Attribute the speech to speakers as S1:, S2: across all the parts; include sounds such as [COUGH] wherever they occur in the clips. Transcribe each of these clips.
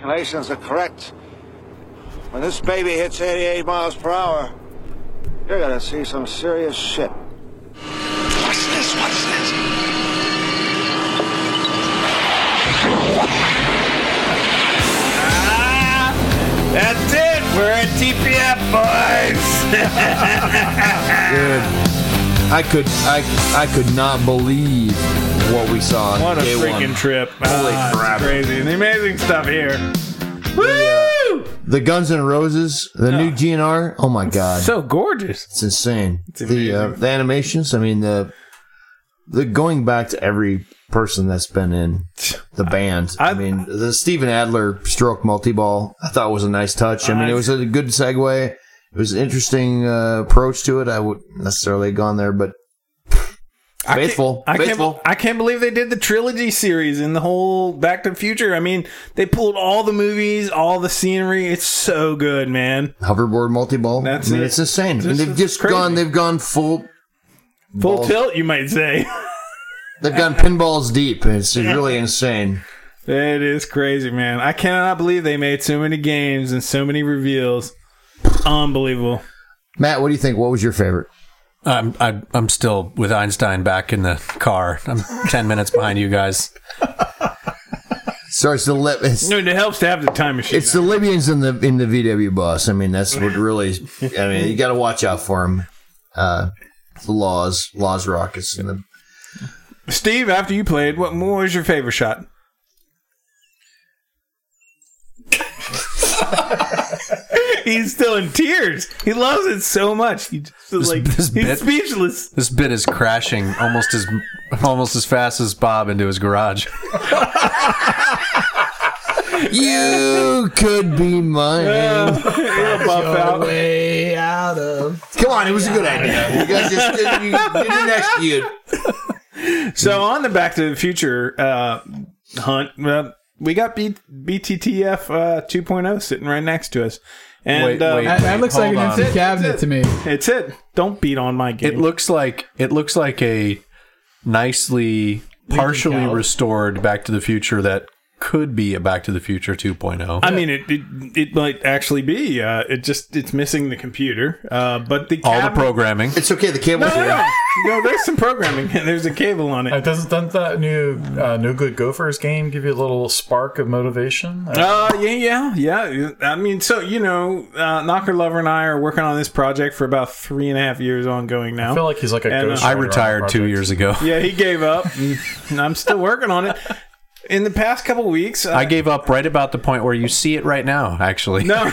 S1: Calculations are correct. When this baby hits 88 miles per hour, you're gonna see some serious shit.
S2: What's this? What's this?
S3: That's it. We're at TPF, boys.
S4: Dude, I could I I could not believe what we saw.
S3: [LAUGHS]
S4: on
S3: what a
S4: day
S3: freaking
S4: one.
S3: trip!
S4: Holy
S3: Ah, it's
S4: crap.
S3: Crazy and the amazing stuff here. Woo!
S4: The Guns N' Roses, the new GNR. Oh my god,
S3: So gorgeous.
S4: it's insane. the uh,
S3: amazing.
S4: the animations. I mean the the going back to every person that's
S3: [SIGHS]
S4: been in the band. I,
S3: I-
S4: mean the Steven Adler stroke multi ball. I thought was a nice touch. I mean it was a good segue. It was an interesting uh, approach to it. I wouldn't necessarily have gone there, but
S3: I can't-
S4: faithful,
S3: I can't,
S4: faithful.
S3: I can't believe they did the trilogy series and the whole Back to the Future. I mean, they pulled all the movies, all the scenery. It's so good, man.
S4: hoverboard multi ball.
S3: That's
S4: I mean,
S3: it.
S4: It's insane. I mean,
S3: This
S4: they've
S3: is
S4: just
S3: crazy.
S4: gone. They've gone full.
S3: Full
S4: Balls.
S3: tilt, you might say. [LAUGHS]
S4: They've gone pinballs deep. It's really insane.
S3: It is crazy, man. I cannot believe they made so many games and so many reveals. Unbelievable.
S4: Matt, what do you think? What was your favorite?
S5: I'm I, I'm still with Einstein back in the car. I'm ten minutes behind you guys.
S4: So it's the Lib- it's,
S3: I mean, it helps to have the time machine.
S4: it's the Libyans in the in the VW bus. I mean, that's what really. I mean, you got to watch out for them. Uh, the laws, laws, rockets, and the
S3: Steve, after you played, what, what was your favorite
S5: [LAUGHS]
S3: shot? He's still in tears. He loves it so much. He just is like
S5: this
S3: he's
S5: bit- [LAUGHS]
S3: speechless.
S5: This bit is crashing almost as almost as fast as Bob into his garage.
S4: you could be mine.
S3: Buff out.
S4: Way out of. Come on, it was a good idea. You guys just did, you, you did next to you.
S3: So on the Back to the Future uh, hunt, uh, we got B- BTTF uh, 2.0 sitting right next to us, and
S5: Wait,
S3: uh,
S5: wait.
S6: That, that looks
S5: Hold
S6: like an
S5: on.
S6: empty cabinet to me.
S3: it's it. Don't beat on my game.
S5: It looks like it looks like a nicely partially
S6: Cowell.
S5: restored Back to the Future that could be a Back to the Future oh. 2.0.
S3: I mean, it, it it might actually be. Uh, it just it's missing the computer. Uh, but the
S5: All the
S3: cabinet-
S5: programming.
S4: It's okay. The cable's
S3: No,
S4: here.
S3: no, [LAUGHS] no, there's some programming. [LAUGHS] There's a cable on
S7: Uh,
S3: it.
S7: doesn't, doesn't that new uh, No Good Gophers game give you a little spark of motivation? Uh,
S3: Uh, yeah, yeah, yeah. I mean, so you know, uh, Knocker Lover and I are working on this project for about three and a half years ongoing now.
S7: I feel like he's like a
S3: and, uh,
S7: ghost.
S5: I retired two years ago.
S3: yeah, he gave up, and, and [LAUGHS] I'm still working on it. In the past couple weeks, uh,
S5: I gave up right about the point where you see it right now. Actually,
S3: no.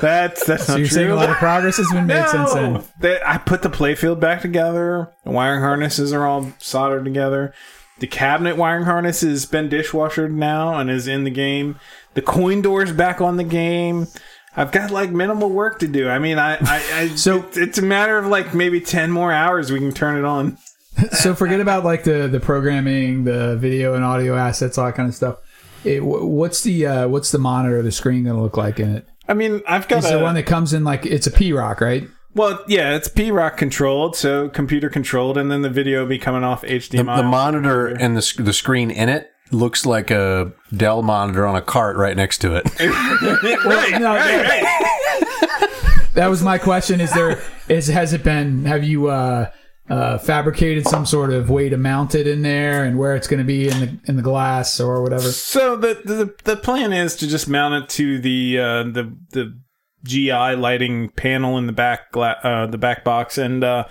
S3: that's that's
S6: So
S3: not
S6: you're saying
S3: true.
S6: a lot of progress has been made since
S3: No!
S6: then.
S3: They, I put the playfield back together. The wiring harnesses are all soldered together. The cabinet wiring harness has been dishwashered now and is in the game. The coin door's back on the game. I've got like minimal work to do. I mean, I, I, I
S6: [LAUGHS] So-
S3: it- it's a matter of like maybe ten more hours we can turn it on.
S6: So forget about like the the programming, the video and audio assets, all that kind of stuff. It, wh- what's the uh, what's the monitor, the screen going to look like in it?
S3: I mean, I've got
S6: It's
S3: a,
S6: the one that comes in like it's a P Rock, right?
S3: well, yeah, it's P Rock controlled, so computer controlled, and then the video will be coming off HDMI.
S5: the, the monitor and the sc- the screen in it looks like a Dell monitor on a cart right next to it.
S3: right,
S6: no,
S3: right,
S6: yeah.
S3: right.
S6: That was my question. Is there is has it been? Have you uh, uh, fabricated some sort of way to mount it in there and where it's going to be in the in the glass or whatever?
S3: So the, the the plan is to just mount it to the uh, the the GI lighting panel in the back gla- uh, the back box and uh,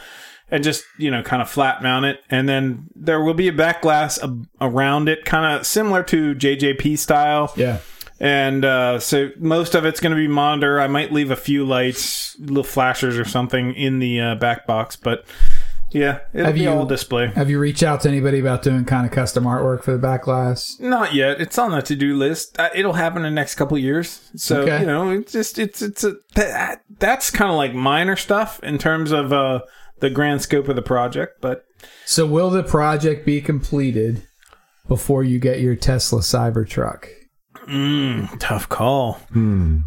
S3: and just you know kind of flat mount it, and then there will be a back glass ab- around it, kind of similar to JJP style.
S6: Yeah.
S3: And uh, so most of it's going to be monitor. I might leave a few lights, little flashers or something in the uh, back box, but yeah, it'll
S6: Have
S3: be
S6: you-
S3: all display.
S6: Have you reached out to anybody about doing kind of custom artwork for the back glass?
S3: Not yet. It's on the to-do list. Uh, It'll happen in the next couple of years. So
S6: Okay.
S3: you know, it's just it's it's a that, that's kind of like minor stuff in terms of uh the grand scope of the project. But
S6: So will the project be completed before you get your Tesla Cybertruck?
S3: Tough call.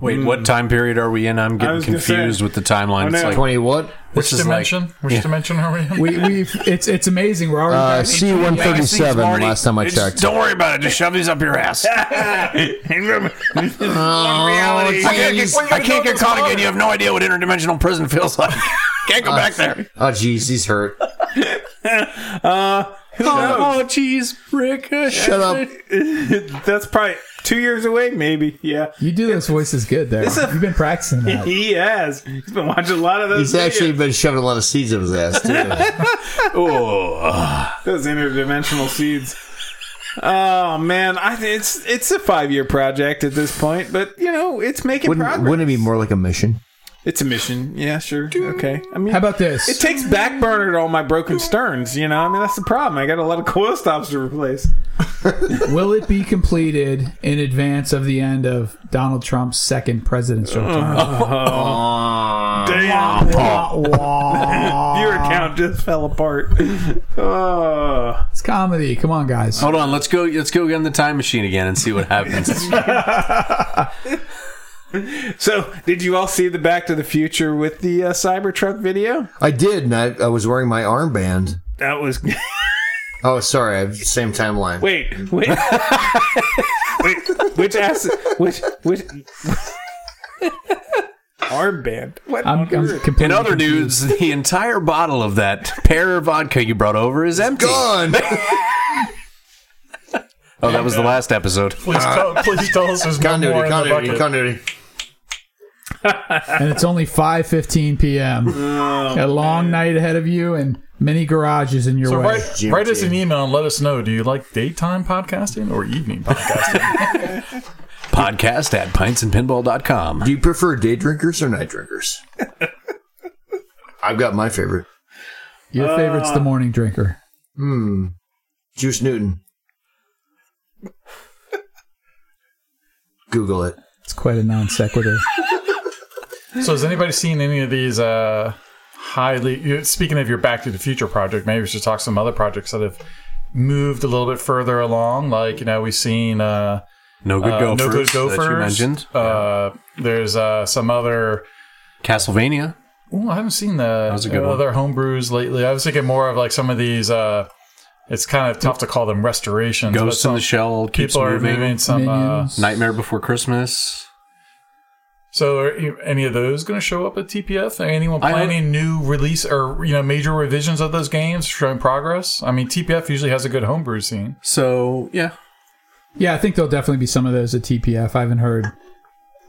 S5: Wait, what time period are we in? I'm
S3: I
S5: getting
S3: was gonna say-
S5: confused with the timeline.
S3: I
S5: It's
S3: know.
S5: like
S4: Twenty what?
S5: this
S7: Which
S5: is like-
S7: dimension? Which dimension are we in?
S6: We we it's it's amazing. We're already
S4: Uh,
S6: back.
S4: C one thirty seven. Last time I checked.
S5: don't worry about it. Just shove these up your ass.
S4: Oh,
S5: I can't,
S4: jeez.
S7: [LAUGHS]
S5: get, I can't get caught again. You have no idea what interdimensional prison feels like. can't go back there.
S4: Oh, jeez, he's hurt.
S5: Oh, jeez, Rick.
S4: Shut
S3: [LAUGHS]
S4: up.
S3: That's probably two years away, maybe. Yeah.
S6: you do those voices good there. You've been practicing that.
S3: He has. He's been watching a lot of those.
S4: He's
S3: videos.
S4: actually been shoving a lot of seeds up his ass [LAUGHS] too.
S3: those interdimensional seeds. Oh man, I, it's it's a five year project at this point, but you know it's making
S4: wouldn't,
S3: progress.
S4: wouldn't it be more like a mission?
S3: It's a mission. Yeah, sure. Okay. I mean,
S6: How about this?
S3: it takes back burner to all my broken sterns. You know, I mean that's the problem. I got a lot of coil stops to replace.
S6: [LAUGHS] Will it be completed in advance of the end of Donald Trump's second presidential
S5: Uh.
S6: term?
S7: Uh,
S3: Damn,
S6: Wah,
S3: [LAUGHS]
S6: wah.
S3: your account just fell apart. Oh.
S6: It's comedy. Come on, guys.
S5: Hold on. Let's go. Let's go get in the time machine again and see what happens.
S3: So, did you all see the Back to the Future with the uh, Cybertruck video?
S4: I did, and I, I was wearing my armband.
S3: That was
S4: Oh, sorry, I have the same
S3: [LAUGHS]
S4: timeline.
S3: wait, wait, [LAUGHS] wait. Which ass? Which
S6: [LAUGHS]
S3: which armband? What?
S6: I'm, I'm completely
S5: In other
S6: confused.
S5: news, the entire bottle of that pear vodka you brought over is empty.
S7: [LAUGHS]
S4: Gone.
S5: Oh, that was the last episode.
S7: Please tell, please tell us there's no more
S4: continuity,
S7: in
S4: continuity,
S7: the bucket.
S4: continuity.
S6: and it's only 5:15 p.m.
S5: Oh,
S6: a long night ahead of you, and many garages in your
S7: So
S6: way.
S7: write, write us an email and let us know. Do you like daytime podcasting or evening podcasting?
S5: Podcast at pintsandpinball.com.
S4: Do you prefer day drinkers or night
S7: [LAUGHS]
S4: drinkers? I've got my favorite,
S6: Your favorite's
S5: Uh.
S6: the morning drinker.
S4: Juice
S7: [LAUGHS]
S4: Newton. Google it.
S6: It's quite a non sequitur.
S7: So has anybody seen any of these uh, highly? you- Speaking of your Back to the Future project, maybe we should talk some other projects that have moved a little bit further along. Like you know, we've seen uh,
S5: No good
S7: uh,
S5: gophers.
S7: No Good
S5: that you
S7: Gophers.
S5: mentioned.
S7: Uh, There's uh, some other.
S5: Castlevania.
S7: Ooh, I haven't seen uh, the
S5: was a good one.
S7: other homebrews lately. I was thinking more of like some of these. Uh, it's kind of tough to call them restorations. but
S5: Ghost in the
S7: some
S5: Shell keeps
S7: People are
S5: moving.
S7: moving some. Uh,
S6: Minions.
S5: Nightmare Before Christmas.
S7: so, are you- any of those going to show up at TPF? Are anyone
S5: I don't-
S7: planning new release or you know major revisions of those games showing progress? I mean, TPF usually has a good homebrew scene.
S5: So yeah,
S6: Yeah, I think there'll definitely be some of those at TPF. I haven't heard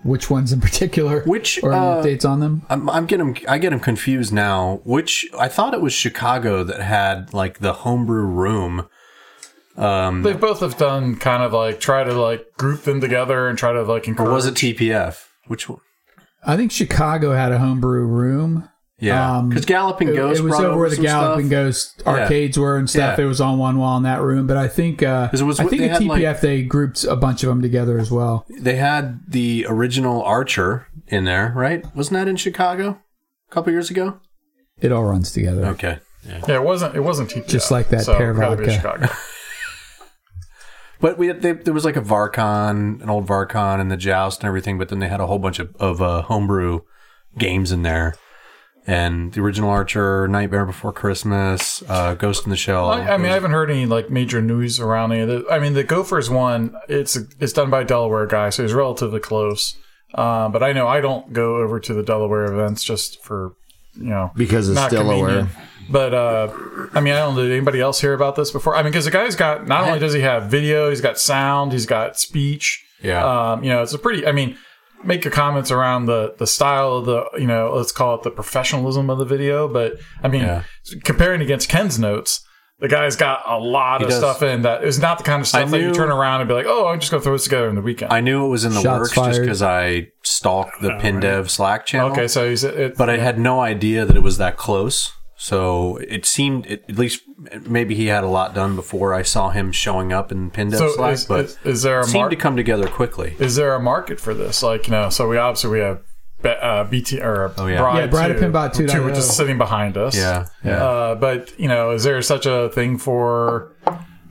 S6: which ones in particular,
S5: Which,
S6: or any
S5: uh,
S6: updates on them.
S5: I'm, I'm getting I get them confused now. Which I thought it was Chicago that had like the homebrew room. Mm.
S7: They both have done kind of like try to like group them together and try to like encourage.
S5: Or was it TPF? Which one?
S6: I think Chicago had a homebrew room.
S5: Yeah,
S6: Um,
S5: because Galloping
S6: It,
S5: Ghost.
S6: it was
S5: brought
S6: over where the
S5: some
S6: Galloping
S5: stuff.
S6: Ghost arcades were and stuff.
S5: Yeah.
S6: It was on one wall in that room, but I think uh,
S5: 'Cause it was-
S6: I think
S5: they had,
S6: at TPF
S5: like-
S6: they grouped a bunch of them together as well.
S5: They had the original Archer in there, right? Wasn't that in Chicago a couple years ago?
S6: It all runs together.
S5: Okay,
S7: Yeah, it wasn't. It wasn't TPF.
S6: Just like that
S7: so
S6: pear
S7: gotta be
S6: vodka.
S7: Chicago.
S5: but we had, they, there was like a Varcon, an old Varcon, and the Joust and everything. But then they had a whole bunch of of uh, homebrew games in there. And the original Archer, Nightmare Before Christmas, uh, Ghost in the Shell.
S7: I, I mean, I haven't heard any like major news around any of the. I mean, the Gophers one, it's it's done by a Delaware guy, so he's relatively close. Uh, but I know I don't go over to the Delaware events just for you know
S4: Because it's
S7: not
S4: Delaware.
S7: convenient. But uh, I mean, I don't. Did anybody else hear about this before? I mean, because the guy's got not only does he have video, he's got sound, he's got speech.
S5: Yeah.
S7: Um, you know, it's a pretty. I mean, make your comments around the the style of the you know let's call it the professionalism of the video. But I mean,
S5: Yeah.
S7: comparing against Ken's notes. The guy's got a lot of
S5: does.
S7: stuff in that is not the kind of stuff that you
S5: knew-
S7: turn around and be like, "Oh, I'm just gonna throw this together in the weekend."
S5: I knew it was in the
S6: Shots
S5: works just
S6: fired.
S5: because I stalked the PinDev Slack channel.
S7: Oh, okay, so he's it,
S5: But I had no idea that it was that close. So it seemed, it, at least maybe he had a lot done before I saw him showing up in PinDev
S7: so
S5: Slack,
S7: is,
S5: but
S7: is, is there
S5: it
S7: a
S5: seemed
S7: mark?
S5: to come together quickly.
S7: is there a market for this? Like, you know, so we obviously we have be- uh, BT or
S5: Oh, yeah.
S6: Yeah, Bride of Pinbot oh. 2.0.
S7: which is sitting behind us.
S5: Yeah. yeah.
S7: Uh, but you know, is there such a thing for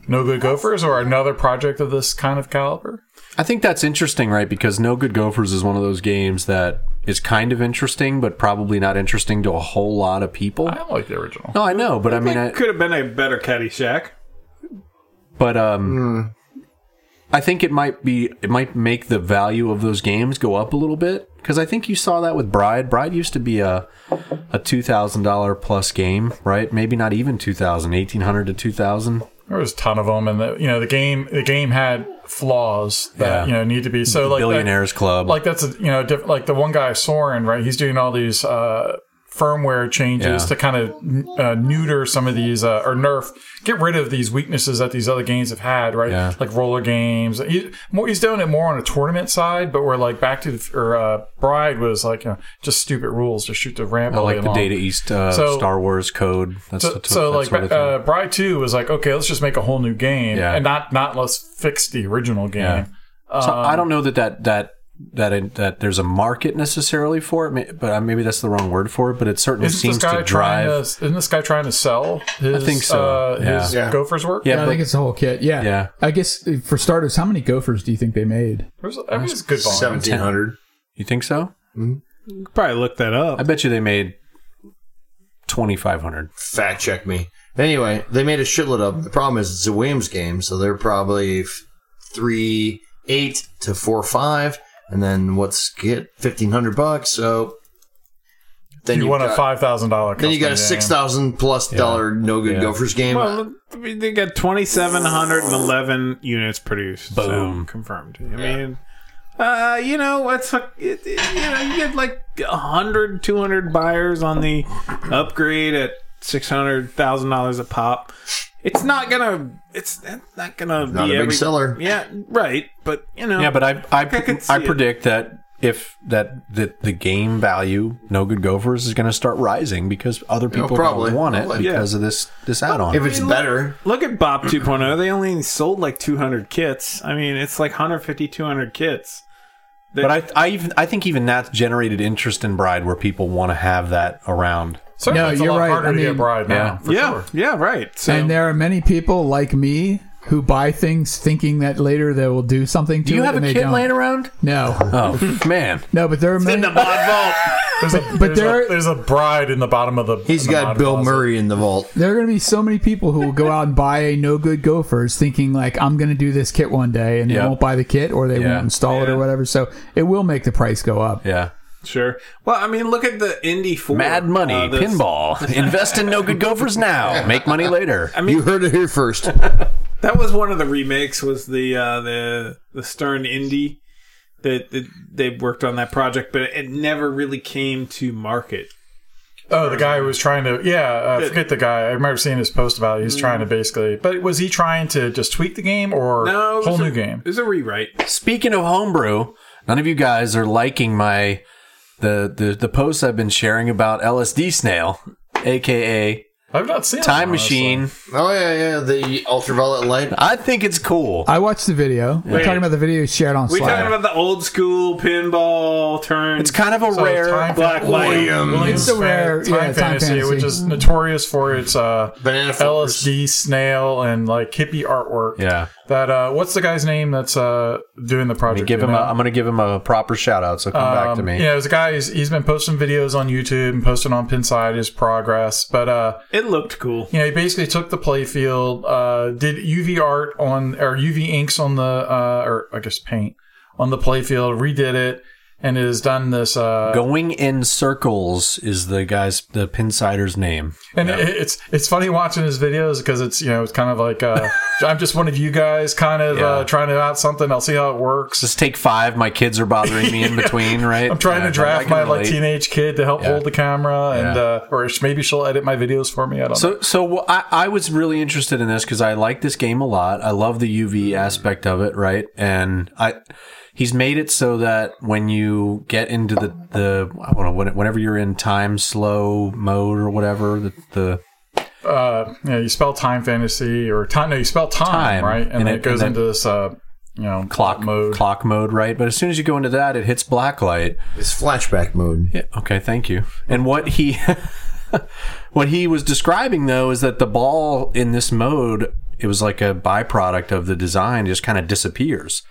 S7: no good gophers or another project of this kind of caliber?
S5: I think that's interesting, right? Because No Good Gophers is one of those games that is kind of interesting, but probably not interesting to a whole lot of people.
S7: I like the original.
S5: No, I know, but I mean, I,
S3: It could have been a better Caddyshack.
S5: but um, I think it might be it might make the value of those games go up a little bit because I think you saw that with Bride. Bride used to be a a two thousand dollar plus game, right? Maybe not even 2000 1800 to two thousand.
S7: There was a ton of them, and the you know the game the game had flaws that
S5: Yeah.
S7: you know need to be so like that-
S5: Billionaires Club,
S7: like that's a, you know diff- like the one guy Soren right he's doing all these uh, firmware changes
S5: Yeah.
S7: to kind of uh, neuter some of these uh, or nerf get rid of these weaknesses that these other games have had right
S5: Yeah.
S7: like roller games he, more, he's doing it more on a tournament side but we're like back to the, or uh, Bride was like you know, just stupid rules to shoot the ramp
S5: I
S7: all
S5: like
S7: day
S5: the
S7: long.
S5: Data East uh,
S7: So-
S5: Star Wars code. That's
S7: So,
S5: the t-
S7: so
S5: that
S7: like
S5: sort of thing.
S7: uh, Bride Two was like okay, let's just make a whole new game
S5: Yeah.
S7: and not not let's fix the original game.
S5: Yeah. So
S6: Um,
S5: I don't know that that that that that there's a market necessarily for it, ma- but uh, maybe that's the wrong word for it. But it certainly
S7: Isn't
S5: seems
S7: this guy
S5: to drive.
S7: trying to? Isn't this guy trying to sell? His,
S5: think so,
S7: Uh,
S5: yeah.
S7: His
S4: Yeah.
S7: Gophers work.
S5: yeah,
S6: I
S5: but
S6: think it's the whole kit. Yeah.
S5: Yeah.
S6: I guess uh, for starters, how many gophers do you think they made?
S7: There's, I mean, it's good volume.
S4: Seventeen hundred.
S5: you think so?
S3: Probably look that up.
S5: I bet you they made twenty five hundred.
S4: Fact check me. Anyway, they made a shitload of. 'em. The problem is it's a Williams game, so they're probably f- three eight to four five, and then what's get fifteen hundred bucks. So then
S7: You
S4: you've
S7: want a
S4: got-
S7: five thousand dollar.
S4: Then you got a six thousand plus dollar no good Gophers game.
S3: Well, they got 2,711 units produced. so
S5: Boom.
S3: confirmed. I mean, uh, you know, that's, a- it- it- you know, you get like 100, 200 buyers on the upgrade at $600,000 a pop. It's not gonna, it's not gonna
S4: Not a
S3: be
S4: big
S3: every-
S4: seller.
S3: Yeah, right. But, you know.
S5: Yeah, but I I, pr-
S3: could see
S5: I,
S3: it.
S5: predict that if that that the game value no good gophers is going to start rising because other people are
S4: probably.
S5: gonna want it
S4: Probably.
S5: because of this this add on.
S4: If it's better,
S3: Look at Bop 2.0. They only sold like 200 kits. I mean, it's like 150, 200 kits.
S5: But I, I even I think even that's generated interest in Bride, where people want to have that around.
S7: So
S6: No,
S7: it's a
S6: you're
S7: lot
S6: right.
S7: Harder
S6: I
S7: to
S6: mean-
S7: get Bride
S5: Yeah.
S7: now. for
S3: yeah,
S7: sure.
S3: yeah, right. So,
S6: And there are many people like me who buy things thinking that later they will do something to
S5: Do you
S6: it
S5: have a
S6: and they
S5: kid
S6: don't.
S5: laying around?
S6: No, [LAUGHS]
S5: Oh man,
S6: no, but there are many.
S7: There's a,
S6: but
S7: there's,
S6: there-
S7: a, there's a Bride in the bottom of the.
S4: he's
S7: in the
S4: got
S7: mod
S4: Bill
S7: closet.
S4: Murray in the vault. [LAUGHS]
S6: There are going to be so many people who will go out and buy a no good gophers thinking like I'm going to do this kit one day and they
S5: Yeah.
S6: won't buy the kit or they
S5: Yeah.
S6: won't install it
S3: Yeah.
S6: or whatever. So it will make the price go up.
S5: yeah.
S3: Sure. Well, I mean, look at the Indy Four.
S5: Mad money,
S3: Uh, this-
S5: pinball.
S7: [LAUGHS]
S5: Invest in no good gophers now. Make money later.
S4: You heard it here first.
S3: That was one of the remakes. Was the uh, the the Stern Indy that that they worked on that project, but it never really came to market.
S7: Oh, the guy who was trying to. Yeah, I forget the guy. I remember seeing his post about. It. He's trying to
S4: Mm.
S7: basically. But was he trying to just tweak the game or
S3: No, it was
S7: whole
S3: a-
S7: new game?
S3: It was a rewrite.
S5: Speaking of homebrew, none of you guys are liking my the the, the posts I've been sharing about LSD snail, aka
S7: I've not seen it,
S5: time
S7: honestly.
S5: machine.
S4: oh yeah, yeah, the ultraviolet light.
S5: I think it's cool.
S6: I watched the video. We're
S3: Wait.
S6: talking about the video shared on
S3: We
S6: Slack.
S3: talking about the old school pinball turn.
S5: It's kind of a
S7: So
S5: rare.
S7: time
S3: black
S7: fan-
S3: light.
S6: It's
S7: Williams,
S6: a rare-
S7: fan-
S6: yeah,
S7: time,
S6: time
S7: fantasy,
S6: fantasy.
S7: which is notorious for its uh,
S4: Banana flippers.
S7: LSD snail and like hippie artwork.
S5: yeah.
S7: That uh, what's the guy's name that's uh, doing the
S5: I'm gonna
S7: project?
S5: give
S7: you
S5: him. A,
S7: know?
S5: I'm gonna give him a proper shout out. So come back to
S7: Um,
S5: me.
S7: You know, there's a guy. He's, he's been posting videos on YouTube and posting on Pinside his progress. But uh,
S3: It looked cool.
S7: you know, he basically took the playfield, uh, did UV art on or UV inks on the uh, or I guess paint on the playfield, redid it, and has done this. Uh,
S5: Going in circles is the guy's the pinsider's name.
S7: And it, it's it's funny watching his videos because it's you know it's kind of
S5: [LAUGHS]
S7: like uh, I'm just one of you guys, kind of uh,
S5: Yeah.
S7: trying it out something. I'll see how it works.
S5: Just take five. My kids are bothering
S7: [LAUGHS]
S5: me in between. Right.
S7: I'm trying
S5: Yeah, I
S7: to draft
S5: can
S7: my like
S5: relate.
S7: teenage kid to help hold the camera, and
S5: Yeah.
S7: uh, or sh- maybe she'll edit my videos for me. I don't know.
S5: So, so wh- I, I was really interested in this because I like this game a lot. I love the UV aspect of it, right? And I, he's made it so that when you get into the the I don't know when- whenever you're in time slow mode or whatever, the, the
S7: Uh, you, know, you spell time fantasy or time? No, you spell time,
S5: Time,
S7: right, and,
S5: and
S7: then
S5: it-
S7: it goes
S5: and then-
S7: into this uh, you know
S5: clock
S7: mode.
S5: clock mode, right? But as soon as you go into that, it hits black light.
S4: It's flashback mode.
S5: Yeah, okay, thank you. And what he [LAUGHS] what he was describing though is that the ball in this mode, it was like a byproduct of the design, just kind of disappears.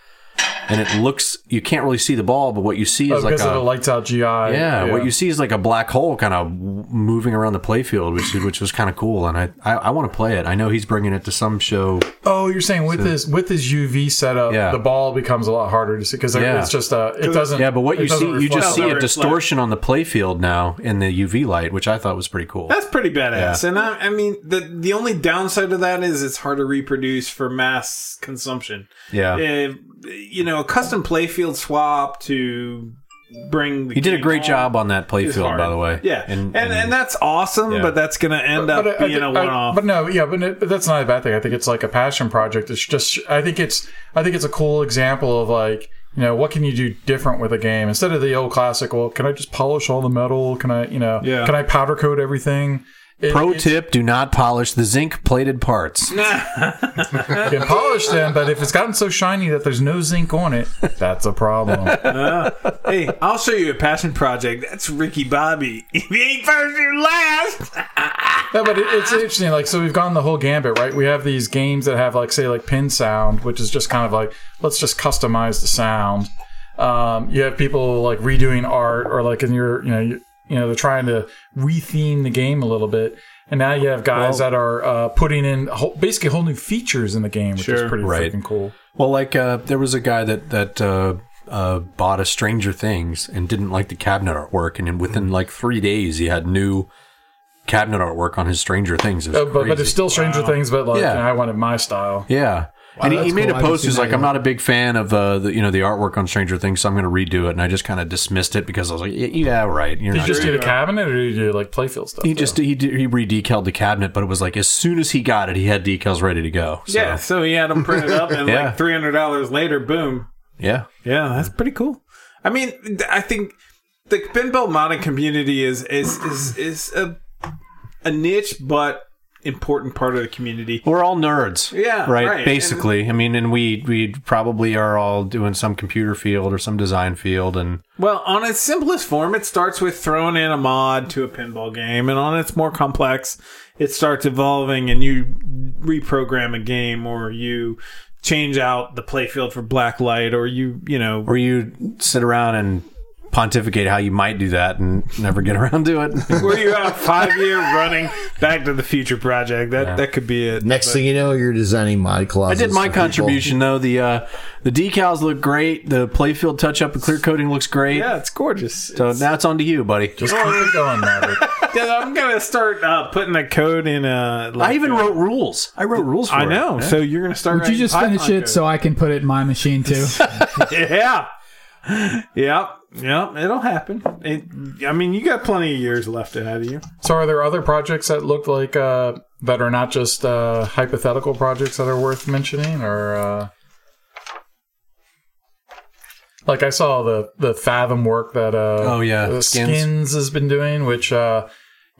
S5: and it looks you can't really see the ball, but what you see
S7: Oh,
S5: is like
S7: because
S5: a
S7: of the lights out GI.
S5: yeah, what you see is like a black hole kind of moving around the playfield, which is- which was kind of cool, and I I, I want to play it. I know he's bringing it to some show.
S7: Oh, you're saying with this with this UV setup,
S5: Yeah.
S7: the ball becomes a lot harder to see because
S5: Yeah.
S7: it's just uh, it doesn't.
S5: Yeah, but what
S7: it
S5: you see,
S7: doesn't
S5: you just
S7: reflect
S5: see a
S7: that.
S3: Doesn't reflect.
S5: distortion on the playfield now in the UV light, which I thought was pretty cool.
S3: That's pretty badass. And I, I mean, the the only downside of that is it's hard to reproduce for mass consumption.
S5: yeah,
S3: Uh, you know, a custom playfield swap to bring. The
S5: he did a
S3: game
S5: great
S3: on
S5: job on that
S3: is
S5: playfield,
S3: Um, hard.
S5: by the way.
S3: Yeah, and and, that's awesome,
S5: Yeah.
S3: but that's gonna end
S7: But
S3: up
S7: I- I
S3: being a
S7: think- I-
S3: one off.
S7: But no, yeah, but, it, but that's not a bad thing. I think it's like a passion project. It's just I think it's I think it's a cool example of like you know what can you do different with a game instead of the old classic. Well, can I just polish all the metal? Can I you know
S3: Yeah.
S7: can I powder coat everything? It-
S5: Pro
S7: it's-
S5: tip: Do not polish the zinc plated parts.
S7: you can polish them, but if it's gotten so shiny that there's no zinc on it, that's
S3: [LAUGHS]
S7: a problem.
S3: hey, I'll show you a passion project. That's Ricky Bobby. [LAUGHS] If you ain't first, you're last.
S7: Yeah, but it, it's interesting. Like, so we've gone the whole gambit, right? We have these games that have, like, say, like pin sound, which is just kind of like, let's just customize the sound. Um, you have people like redoing art, or like in your, you know, you, you know, they're trying to retheme the game a little bit. And now you have guys that are uh, putting in whole, basically whole new features in the game, which is
S3: Sure.
S7: pretty
S5: Right.
S7: freaking cool.
S5: Well, like uh, there was a guy that that uh, uh, bought a Stranger Things and didn't like the cabinet artwork, and then
S3: Mm.
S5: within like three days he had new cabinet artwork on his Stranger Things. It was
S7: Uh, but, but
S5: crazy.
S7: it's still Stranger Things, but like,
S5: Yeah.
S7: you know, I wanted my style.
S5: yeah. and he, he
S6: that's
S5: made
S6: cool. I
S5: a
S6: haven't
S5: post.
S6: seen
S5: He's
S6: that
S5: like, "I'm
S6: yet.
S5: not a big fan of uh, the you know the artwork on Stranger Things, so I'm going to redo it." And I just kind of dismissed it because I was like, "Yeah, yeah, right." You're
S7: Did
S5: not
S7: you just
S5: gonna-
S7: do the cabinet, or did you do like playfield stuff?
S5: he just he did, he redecaled the cabinet, but it was like as soon as he got it, he had decals ready to go. So,
S3: Yeah, so he had them printed up, and
S5: Yeah.
S3: like three hundred dollars later, boom.
S5: yeah,
S3: Yeah, that's pretty cool. I mean, th- I think the pinball modding community is is is is a a niche but important part of the community.
S5: We're all nerds.
S3: Yeah,
S5: Right.
S3: right.
S5: Basically. I mean, and we we probably are all doing some computer field or some design field and
S3: Well, on its simplest form, it starts with throwing in a mod to a pinball game, and on its more complex, it starts evolving and you reprogram a game or you change out the playfield for blacklight or you, you know,
S5: where you sit around and pontificate how you might do that and never get [LAUGHS] around to it.
S3: where you have a five year running Back to the Future project. That that could be it.
S4: Next thing you know, you're designing mod
S5: I
S4: closets.
S5: did my
S4: for people.
S5: contribution though. The uh, the decals look great. The playfield touch up and clear coating looks great.
S3: Yeah, it's gorgeous.
S5: So now it's on to you, buddy.
S7: just keep it going, Maverick.
S3: Yeah, I'm gonna start uh, putting the code in. Uh, like,
S5: I even wrote rules. I wrote rules for
S3: I
S5: it.
S3: know. So you're gonna start.
S6: Would you
S3: writing
S6: just
S3: Python
S6: finish it
S3: code.
S6: so I can put it in my machine too?
S3: yeah. [LAUGHS] Yep. Yep. It'll happen. It, I mean, you got plenty of years left ahead of you.
S7: So, are there other projects that look like uh, that are not just uh, hypothetical projects that are worth mentioning, or uh... like I saw the the Fathom work that uh,
S5: Oh, yeah,
S7: uh,
S5: Skins.
S7: Skins. has been doing, which uh,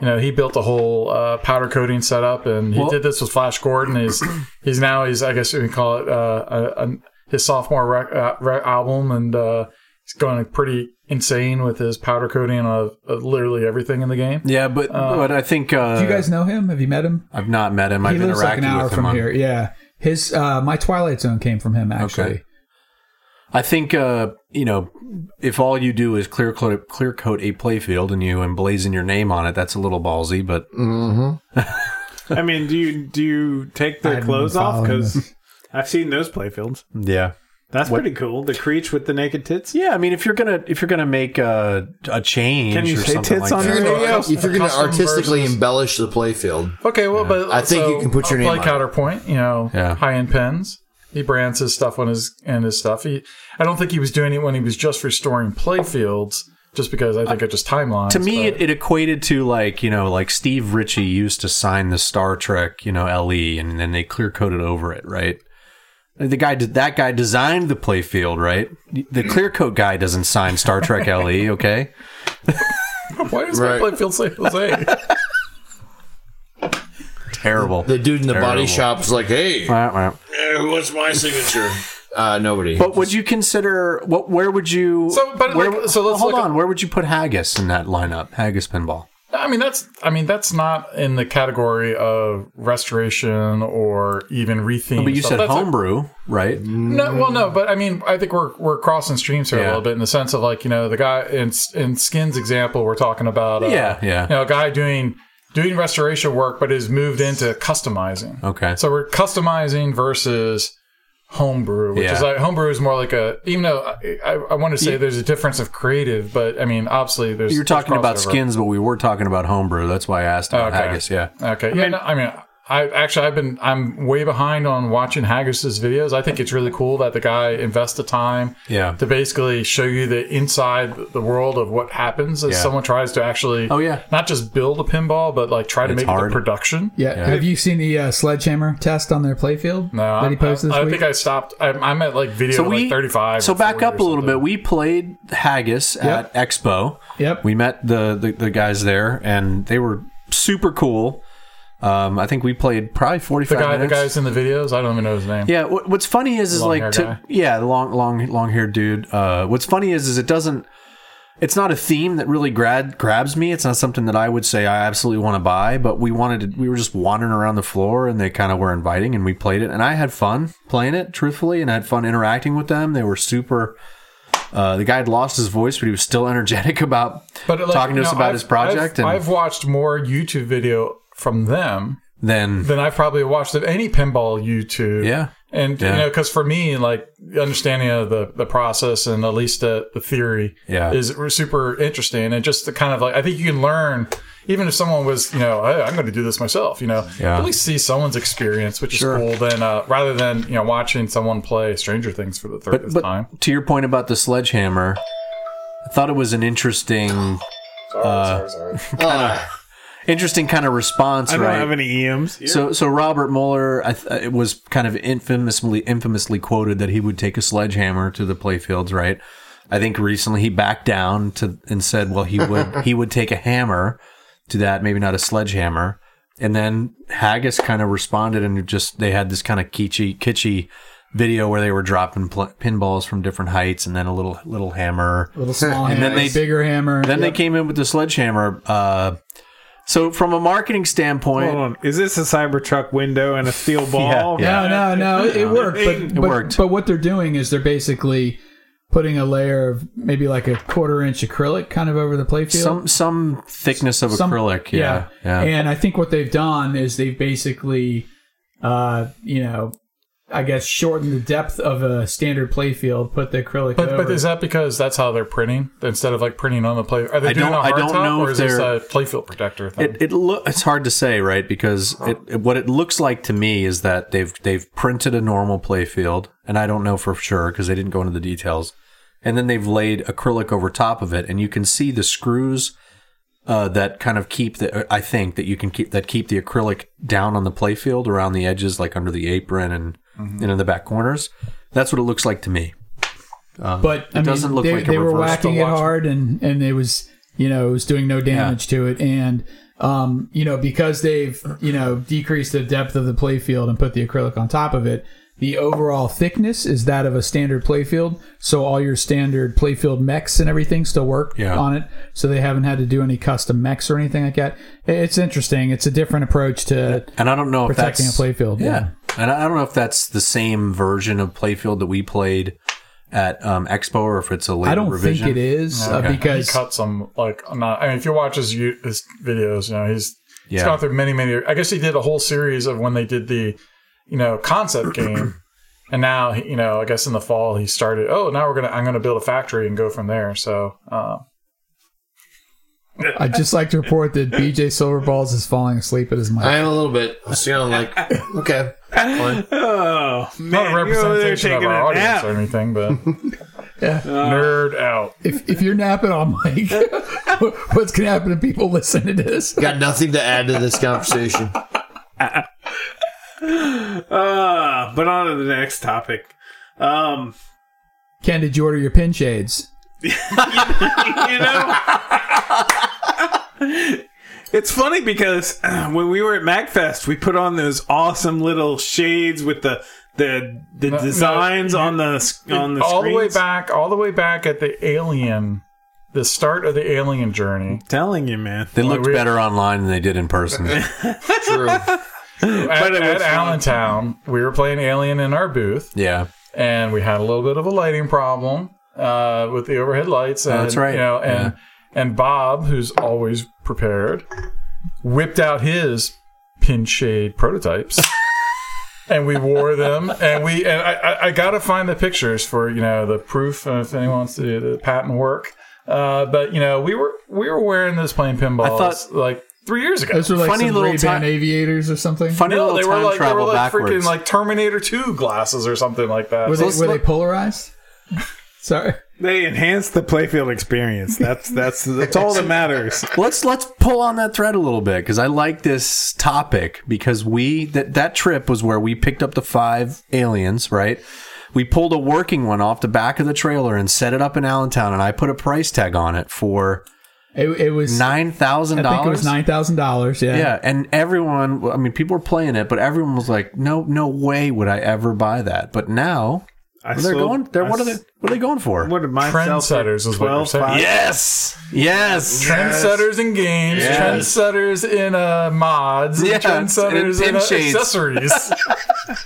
S7: you know he built a whole uh, powder coating setup, and he
S5: Well-
S7: did this with Flash Gordon. He's [CLEARS THROAT] he's now he's I guess you can call it uh, a, a, his sophomore rec, uh, rec album, and uh, he's going pretty insane with his powder coating of, of literally everything in the game.
S5: Yeah, but but I think uh,
S6: Do you guys know him? Have you met him?
S5: I've not met him. I've
S6: he lives
S5: interacted
S6: like an hour
S5: with him
S6: from
S5: on
S6: here. Yeah, his uh, my Twilight Zone came from him actually.
S5: Okay. I think uh, you know if all you do is clear coat, clear coat a playfield and you emblazon your name on it, that's a little ballsy. But
S3: I mean, do you do you take their
S6: I'm
S3: clothes off?
S6: following
S3: Because
S6: this.
S3: I've seen those playfields.
S5: yeah,
S3: That's pretty cool. The creech with the naked tits.
S5: yeah. I mean, if you're gonna if you're gonna make a, a change,
S3: Can you
S5: or
S3: say
S5: something
S3: tits
S5: like
S3: on
S5: that,
S3: your-
S4: If you're gonna-
S7: Custom-
S4: if you're going to
S7: custom
S4: artistically
S7: versus-
S4: embellish the playfield,
S7: Okay, well, but
S4: I think
S7: so,
S4: you can put your
S7: uh,
S4: name
S7: Play
S4: on it.
S7: counterpoint, you know,
S5: Yeah.
S7: high end pens. He brands his stuff on his and his stuff. He, I don't think he was doing it when he was just restoring playfields, just because I think it just timelines.
S5: to me,
S7: but-
S5: it, it equated to like you know like Steve Ritchie used to sign the Star Trek you know le, and then they clear coated over it, right? The guy did that guy designed the playfield, right? The clear coat guy doesn't sign Star Trek le, okay?
S7: why does
S4: Right.
S7: my playfield say [LAUGHS] Jose?
S5: [LAUGHS] Terrible.
S4: the dude in the body
S5: Terrible.
S4: shop's like, "Hey,
S5: Wah, wah.
S2: who wants my signature?
S4: uh, nobody."
S5: But would you consider what? Where would you?
S7: So, but
S5: where-
S7: like- so let's
S5: hold
S7: look at-
S5: on. where would you put haggis in that lineup? Haggis pinball.
S7: I mean that's I mean that's not in the category of restoration or even retheme.
S5: But you
S7: stuff.
S5: said
S7: Mm, That's a-
S5: homebrew, right?
S7: No, well, no, but I mean, I think we're we're crossing streams here a
S5: Yeah.
S7: little bit in the sense of like you know the guy in in Skin's example, we're talking about uh,
S5: Yeah, yeah.
S7: [LAUGHS] you know, a guy doing doing restoration work, but has moved into customizing.
S5: Okay.
S7: So we're customizing versus homebrew, which
S5: Yeah.
S7: is like homebrew is more like a even though I, I, I want to say there's a difference of creative, but I mean obviously there's
S5: You're talking
S7: there's
S5: about
S7: crossover.
S5: skins, but we were talking about homebrew. That's why I asked about
S7: Oh, Okay.
S5: haggis. Yeah.
S7: Okay. Yeah. no, I mean, I actually I've been I'm way behind on watching Haggis's videos. I think it's really cool that the guy invests the time
S5: Yeah.
S7: to basically show you the inside the world of what happens as
S5: Yeah.
S7: someone tries to actually
S5: Oh, yeah.
S7: not just build a pinball but like try to
S5: It's
S7: make it the
S5: hard.
S7: production.
S6: Yeah. Have you seen the uh, sledgehammer test on their playfield
S7: No,
S6: that he
S7: I'm-
S6: posted this
S7: I, I
S6: week?
S7: think I stopped. I'm, I'm at like video like 35.
S5: So
S7: or
S5: back
S7: 40
S5: up
S7: or
S5: a little
S7: something.
S5: bit. We played haggis
S6: Yep.
S5: at Expo.
S6: Yep.
S5: We met the, the the guys there, and they were super cool. Um, I think we played probably forty
S7: The
S5: five
S7: guy, the
S5: minutes.
S7: guy's in the videos. I don't even know his name.
S5: Yeah, what, what's funny is is
S7: Long hair
S5: like
S7: guy.
S5: to, yeah, the long long long haired dude. Uh, what's funny is is it doesn't. It's not a theme that really grad grabs me. It's not something that I would say I absolutely want to buy. But we wanted to. We were just wandering around the floor, and they kind of were inviting, and we played it, and I had fun playing it, truthfully, and I had fun interacting with them. They were super. Uh, the guy had lost his voice, but he was still [LAUGHS] energetic about
S7: But like,
S5: talking to
S7: you
S5: us
S7: know,
S5: about
S7: I've-
S5: his project.
S7: I've,
S5: and
S7: I've watched more YouTube video from them
S5: then
S7: than I've probably watched of any pinball YouTube.
S5: Yeah.
S7: And you
S5: Yeah.
S7: know, because for me, like understanding of the, the process and at least the, the theory
S5: Yeah.
S7: is super interesting. And just the kind of like, I think you can learn, even if someone was, you know, hey, I'm going to do this myself, you know,
S5: Yeah.
S7: at least see someone's experience, which is cool. Than uh, rather than you know watching someone play Stranger Things for the third
S5: But, but
S7: time.
S5: to your point about the sledgehammer, I thought it was an interesting, uh,
S4: Ah,
S5: [LAUGHS] interesting kind of response,
S3: I don't
S5: right?
S3: have any E EMs.
S5: so, so Robert Mueller, I th- uh, it was kind of infamously, infamously quoted that he would take a sledgehammer to the playfields, right? I think recently he backed down to and said, well, he would he would take a hammer to that, maybe not a sledgehammer. And then Haggis kind of responded and just they had this kind of kitschy kitschy video where they were dropping pl- pinballs from different heights and then a little little hammer.
S6: Little small
S5: [LAUGHS] And then
S6: hammer,
S5: they-
S6: bigger hammer.
S5: Then they came in with the sledgehammer. Uh, so from a marketing standpoint,
S3: Hold on. Is this a Cybertruck window and a steel ball?
S5: Yeah.
S6: No, no, no. It, it worked. But, but,
S5: worked.
S6: But what they're doing is they're basically putting a layer of maybe like a quarter inch acrylic kind of over the playfield.
S5: some some thickness of
S6: Some-
S5: acrylic. Yeah, yeah.
S6: And I think what they've done is they've basically, uh, you know, I guess shortened the depth of a standard playfield, put the acrylic
S7: But,
S6: over.
S7: but is that because that's how they're printing instead of like printing on the play? Are they
S5: I
S7: doing
S5: don't-
S7: a
S5: I
S7: hard
S5: don't
S7: top,
S5: know
S7: or
S5: if
S7: is this
S5: they're-
S7: a playfield protector thing?
S5: It, it loo- it's hard to say, right? Because it, it- what it looks like to me is that they've they've printed a normal playfield, and I don't know for sure because they didn't go into the details. And then they've laid acrylic over top of it, and you can see the screws uh, that kind of keep the. uh, I think that you can keep that keep the acrylic down on the playfield around the edges, like under the apron and
S6: Mm-hmm.
S5: and in the back corners. That's what it looks like to me.
S6: but I mean,
S5: doesn't look
S6: they,
S5: like a
S6: they were
S5: reverse
S6: whacking it
S5: Dutch.
S6: hard, and and it was you know it was doing no damage to it, and um you know because they've you know decreased the depth of the playfield and put the acrylic on top of it. The overall thickness is that of a standard playfield, so all your standard playfield mechs and everything still work
S5: Yeah.
S6: on it. So they haven't had to do any custom mechs or anything like that. I- It's interesting. It's a different approach to
S5: And I don't know if
S6: protecting a
S5: that's
S6: playfield.
S5: Yeah. And I I don't know if that's the same version of Playfield that we played at um, Expo or if it's a later
S6: I don't
S5: revision.
S6: think it is uh,
S5: Okay.
S7: he
S6: because
S7: cut some like not. I mean, if you watch his you- his videos, you know he's he's
S5: Yeah.
S7: gone through many many. I guess he did a whole series of when they did the you know
S3: [CLEARS THROAT]
S7: concept game, and now he- you know I guess in the fall he started. Oh, now we're gonna I'm gonna build a factory and go from there. So uh,
S6: I'd just like to report
S5: [LAUGHS]
S6: that BJ Silverballs is falling asleep at his mic.
S4: I am a little bit. I'm feeling like okay. fine.
S3: Oh
S7: not
S3: man,
S7: a
S3: you're over there
S7: representation of
S3: taking a
S7: our
S3: nap.
S7: audience or
S3: [LAUGHS]
S7: anything, but [LAUGHS] nerd out.
S6: if, if you're napping on mic, [LAUGHS] what's going to happen to people listening to this?
S4: Got nothing to add to this conversation.
S3: Uh, but on to the next topic. Um,
S6: Ken, did you order your pin shades?
S3: you
S7: [LAUGHS]
S3: know. It's funny because [CLEARS THROAT] uh, when we were at MacFest, we put on those awesome little shades with the the the
S7: no,
S3: designs Uh, on the sc- on the
S7: all the way
S3: screens.
S7: back all the way back at the alien the start of the
S3: [LAUGHS]
S7: alien journey.
S3: telling you, man.
S5: They looked
S7: we-
S5: better online than they did in
S7: [LAUGHS]
S5: person.
S4: True.
S7: At,
S3: it was fun.
S7: at Allentown, we were playing Alien in our booth,
S5: yeah.
S7: and we had a little bit of a lighting problem uh, with the overhead lights. And,
S5: that's right.
S7: You know, and and Bob, who's always prepared, whipped out his pin
S5: [LAUGHS]
S7: shade prototypes, and we wore them. And we and I, I, I got to find the pictures for you know the proof uh, if anyone wants to do the patent work. Uh, but you know we were we were wearing those playing pinballs
S5: thought-
S7: like three years ago.
S6: Those were like
S5: Funny
S6: some
S5: little
S6: Ray-Ban
S5: ti-
S6: aviators or something.
S5: Funny
S7: No,
S5: little
S7: they were
S5: time
S7: like they were
S5: travel
S7: like freaking
S5: backwards.
S7: like Terminator Two glasses or something like that.
S6: were they,
S5: let's
S6: were they
S5: look-
S6: polarized? [LAUGHS] Sorry.
S3: They enhanced the playfield experience. That's that's that's all that matters.
S5: let's let's pull on that thread a little bit because I like this topic because we that that trip was where we picked up the five aliens, right? We pulled a working one off the back of the trailer and set it up in Allentown, and I put a price tag on it for
S6: It, it was.
S5: nine thousand
S6: I
S5: dollars.
S6: think it was nine thousand dollars. Yeah.
S5: Yeah, and everyone, I mean, people were playing it, but everyone was like, "No, no way would I ever buy that." But now
S3: I
S5: they're
S3: sold-
S5: going. They're
S3: I
S5: what are they?
S3: s-
S5: What are they going for?
S3: What did my
S7: Trendsetters is what you're saying.
S5: yes, yes.
S7: Trendsetters in games,
S5: Yes.
S7: trendsetters in uh, mods, and
S5: Yes,
S7: trendsetters
S5: and in
S7: in uh,
S5: shades.
S7: accessories.
S5: [LAUGHS]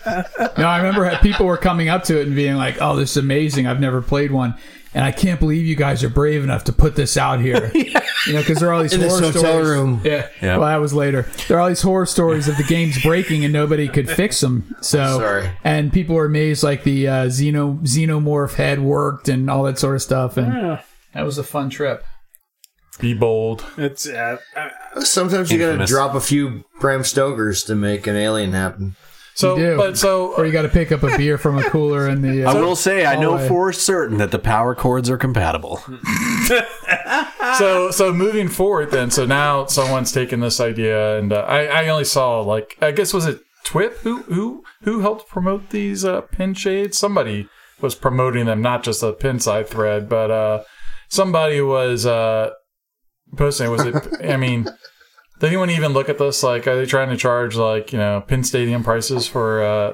S6: No, I remember how people were coming up to it and being like, "Oh, this is amazing! I've never played one, and I can't believe you guys are brave enough to put this
S4: [LAUGHS]
S6: out here." You know, because there are all these
S4: In this
S6: horror
S4: hotel
S6: stories.
S4: room.
S6: Yeah. Well, that was later. There are all these horror stories of the games breaking and nobody could fix them. So,
S4: Sorry.
S6: and people were amazed, like the uh, xeno xenomorph head worked and all that sort of stuff. And that was a fun trip.
S7: Be bold.
S3: It's uh, uh,
S4: Sometimes you gotta
S5: Infamous.
S4: drop a few Bram Stokers to make an alien happen.
S7: So,
S6: You do.
S7: but so
S6: Or you got to pick up a beer from a cooler in the. Uh,
S5: I will say, I know
S6: hallway.
S5: for certain that the power cords are compatible.
S7: so so moving forward then so now someone's taken this idea and uh, I, I only saw like i guess was it twip who who who helped promote these uh, pin shades somebody was promoting them not just a pin side thread but uh somebody was uh posting was it i mean did anyone even look at this like are they trying to charge like you know pin stadium prices for uh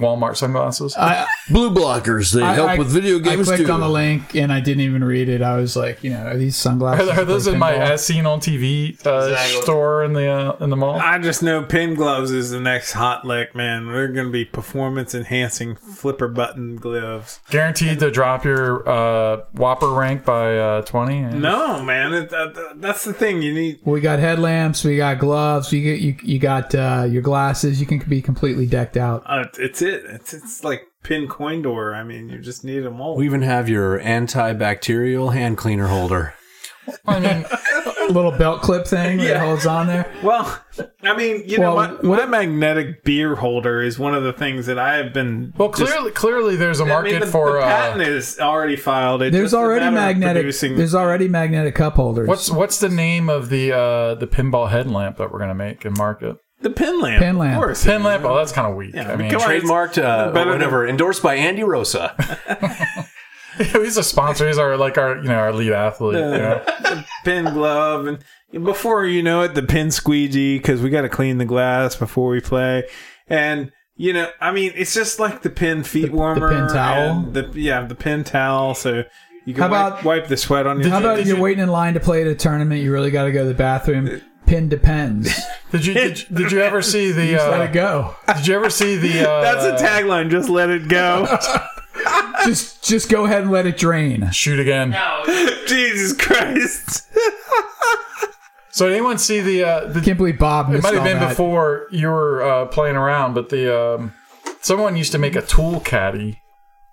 S7: walmart sunglasses
S6: I,
S4: Blue blockers, they help with video
S6: I
S4: games
S6: clicked
S4: too.
S6: on the link and I didn't even read it. I was like, you know, are these
S7: are,
S6: sunglasses?
S7: are those
S6: for
S7: in my
S6: pinball?
S7: as seen on tv uh,
S4: Exactly.
S7: store in the uh, in the mall
S3: I just know pin gloves is the next hot lick, man. They're going to be performance enhancing flipper button gloves.
S7: Guaranteed to drop your uh, Whopper rank by uh, 20?
S3: No, man, it, uh, th- that's the thing. You need
S6: We got headlamps. We got gloves. You get you you got uh, your glasses. You can be completely decked out.
S3: uh, it's it. It's it's like pin coin door. I mean, you just need them all.
S5: We even have your antibacterial hand cleaner holder.
S7: [LAUGHS] I mean,
S6: little belt clip thing that holds on there.
S3: Well, [LAUGHS] I mean, you
S6: Well,
S3: know, my, my magnetic beer holder is one of the things that I have been.
S7: well, clearly, clearly there's a
S3: I mean,
S7: market
S3: the,
S7: for
S3: the patent
S7: uh,
S3: is already filed. It's
S6: There's
S3: just a
S6: already
S3: matter of
S6: magnetic.
S3: producing-
S6: There's already magnetic cup holders.
S7: what's what's the name of the uh, the pinball headlamp that we're gonna make and market?
S3: the pin lamp.
S6: Pin lamp.
S3: Of course.
S7: Pin lamp? Oh, that's kind of weak. I mean,
S3: come on.
S5: Trademarked, uh,
S3: Better than-
S5: whatever, endorsed by Andy Rosa.
S7: [LAUGHS] he's a sponsor. He's our like our you know our lead athlete. you know?
S3: pin glove and before you know it the pin squeegee because we got to clean the glass before we play and you know i mean it's just like the pin feet warmer
S6: pin towel?
S3: and the yeah the pin towel so you can
S6: How
S3: wipe,
S6: about-
S3: wipe the sweat on your
S6: How about
S3: face.
S6: you're waiting in line to play at a tournament? You really got to go to the bathroom. Pin
S7: [LAUGHS]
S6: depends.
S7: Did you did, you- did you ever see the
S6: Let it
S7: uh,
S6: go.
S7: did you ever
S3: [LAUGHS]
S7: see the uh,
S3: that's a tagline just let it go [LAUGHS]
S6: Just just go ahead and let it drain.
S7: shoot again?
S3: jesus christ
S7: So did anyone see the uh, the
S6: Can't believe Bob
S7: It
S6: missed
S7: might have
S6: all
S7: been
S6: that.
S7: before you were uh, playing around, but the um, someone used to make a tool caddy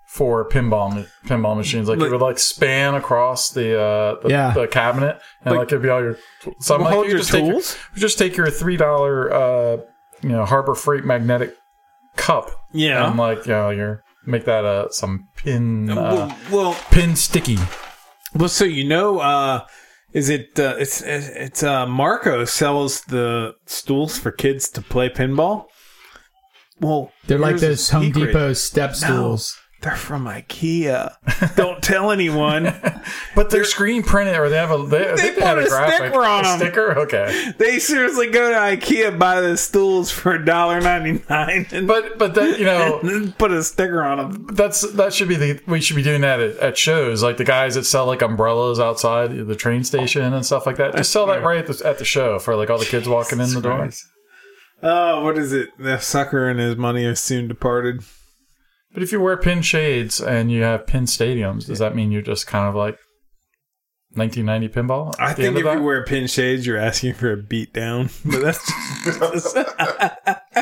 S7: for pinball ma- pinball machines. Like, it would like span across the uh, the,
S6: Yeah.
S7: the cabinet, and like, it'd be all your. So I'm like,
S3: hold
S7: you
S3: your
S7: just take
S3: tools?
S7: just take your three dollar uh, you know Harbor Freight magnetic cup.
S3: Yeah.
S7: and uh, like you know your make that uh, some pin uh,
S3: well, well
S7: pin sticky.
S3: Well, so you know, uh, is it uh, it's it's uh, Marco sells the stools for kids to play pinball. Well,
S6: They're like
S3: here's a
S6: those Home
S3: secret.
S6: Depot step stools.
S3: they're from
S6: [LAUGHS]
S3: IKEA. Don't tell anyone.
S7: But their screen printed, or they have a they, I think they
S3: put
S7: had
S3: a
S7: a graphic
S3: sticker on
S7: a
S3: 'em.
S7: sticker. Okay,
S3: they seriously go to IKEA buy the stools for $1.99 and [LAUGHS]
S7: but but that you know
S3: put a sticker on them.
S7: that's that should be the we should be doing that at, at shows like the guys that sell like umbrellas outside the train station and stuff like that. Just sell that right at the, at the show for like all the kids walking in the door.
S3: Oh, what is it? The sucker and his money are soon departed.
S7: But if you wear pin shades and you have pin stadiums, does that mean you're just kind of like 1990 pinball? at
S3: I
S7: the
S3: think
S7: end of
S3: if you
S7: that?
S3: wear pin shades, you're asking for a beat down. [LAUGHS] But that's just. [LAUGHS]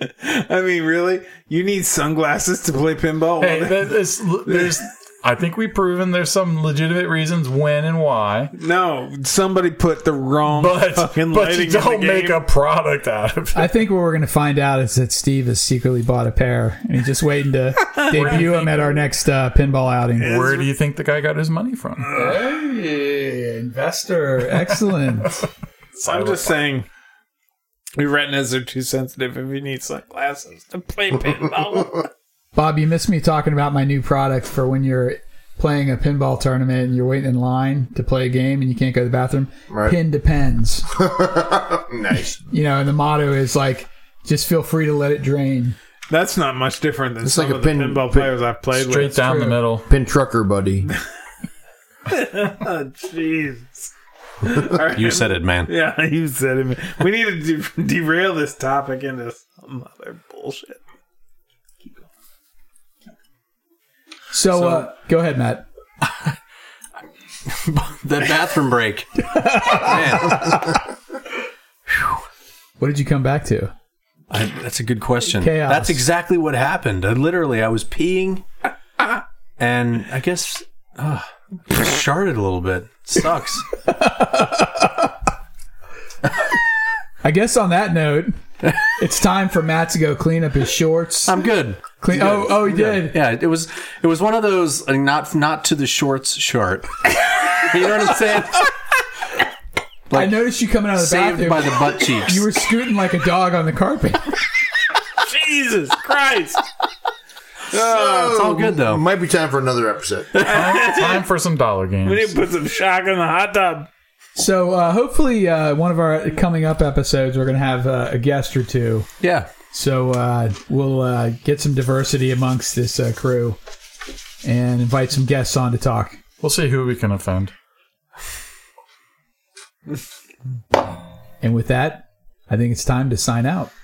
S3: I mean, really? You need sunglasses to play pinball? [LAUGHS]
S7: Hey,
S3: Well,
S7: that is, there's. I think we've proven there's some legitimate reasons when and why,
S3: [LAUGHS] no, somebody put the wrong
S7: but
S3: fucking
S7: but you
S3: lighting
S7: don't
S3: in the game.
S7: make a product out of it.
S6: I think what we're going to find out is that Steve has secretly bought a pair and he's just waiting to debut them at our next uh, pinball outing.
S7: Where do you think the guy got his money
S3: Uh,
S7: from?
S6: Hey, investor, [LAUGHS] excellent.
S3: I'm just saying, your retinas are too sensitive if you need sunglasses to play
S7: [LAUGHS]
S3: pinball.
S6: Bob, you missed me talking about my new product for when you're playing a pinball tournament and you're waiting in line to play a game and you can't go to the bathroom.
S4: Right.
S6: Pin [LAUGHS] depends.
S4: nice.
S6: You know, and the motto is like, just feel free to let it drain.
S3: That's not much different than
S4: It's
S3: some
S4: like a
S3: of the
S4: pin-
S3: pinball
S4: pin-
S3: players I've played
S7: Straight
S3: with.
S7: down
S3: [LAUGHS]
S7: the middle.
S4: Pin trucker buddy.
S3: Oh, jeez.
S5: You said
S3: [LAUGHS]
S5: it, man.
S3: Yeah, you said it. man. We need to de- derail this topic into some other bullshit.
S6: So, uh, go ahead, Matt.
S5: that
S3: [LAUGHS]
S5: bathroom break. man,
S6: What did you come back to?
S5: I, that's a good question.
S6: Chaos.
S5: That's exactly what happened. I, literally, I was peeing, and I guess uh, sharded a little bit. Sucks.
S6: I guess on that note,
S5: [LAUGHS]
S6: it's time for Matt to go clean up his shorts.
S5: I'm good.
S6: Clean. Oh, oh, he did.
S5: Yeah, it was it was one of those like, not not to the shorts short. [LAUGHS] you know what I'm saying?
S6: I noticed you coming out of the
S5: Saved
S6: bathroom.
S5: by the butt cheeks.
S6: you were scooting like a dog on
S5: [LAUGHS]
S6: the carpet.
S3: Jesus Christ!
S5: it's all good though.
S4: Might be time for another episode.
S7: Time time for some dollar
S3: We need
S7: games.
S3: to put some shock in the hot tub.
S6: So uh, hopefully, uh, one of our coming up episodes, we're going to have uh, a guest or two.
S5: yeah.
S6: So uh, we'll uh, get some diversity amongst this uh, crew and invite some guests on to talk.
S7: We'll see who we can offend.
S6: And with that, I think it's time to sign out.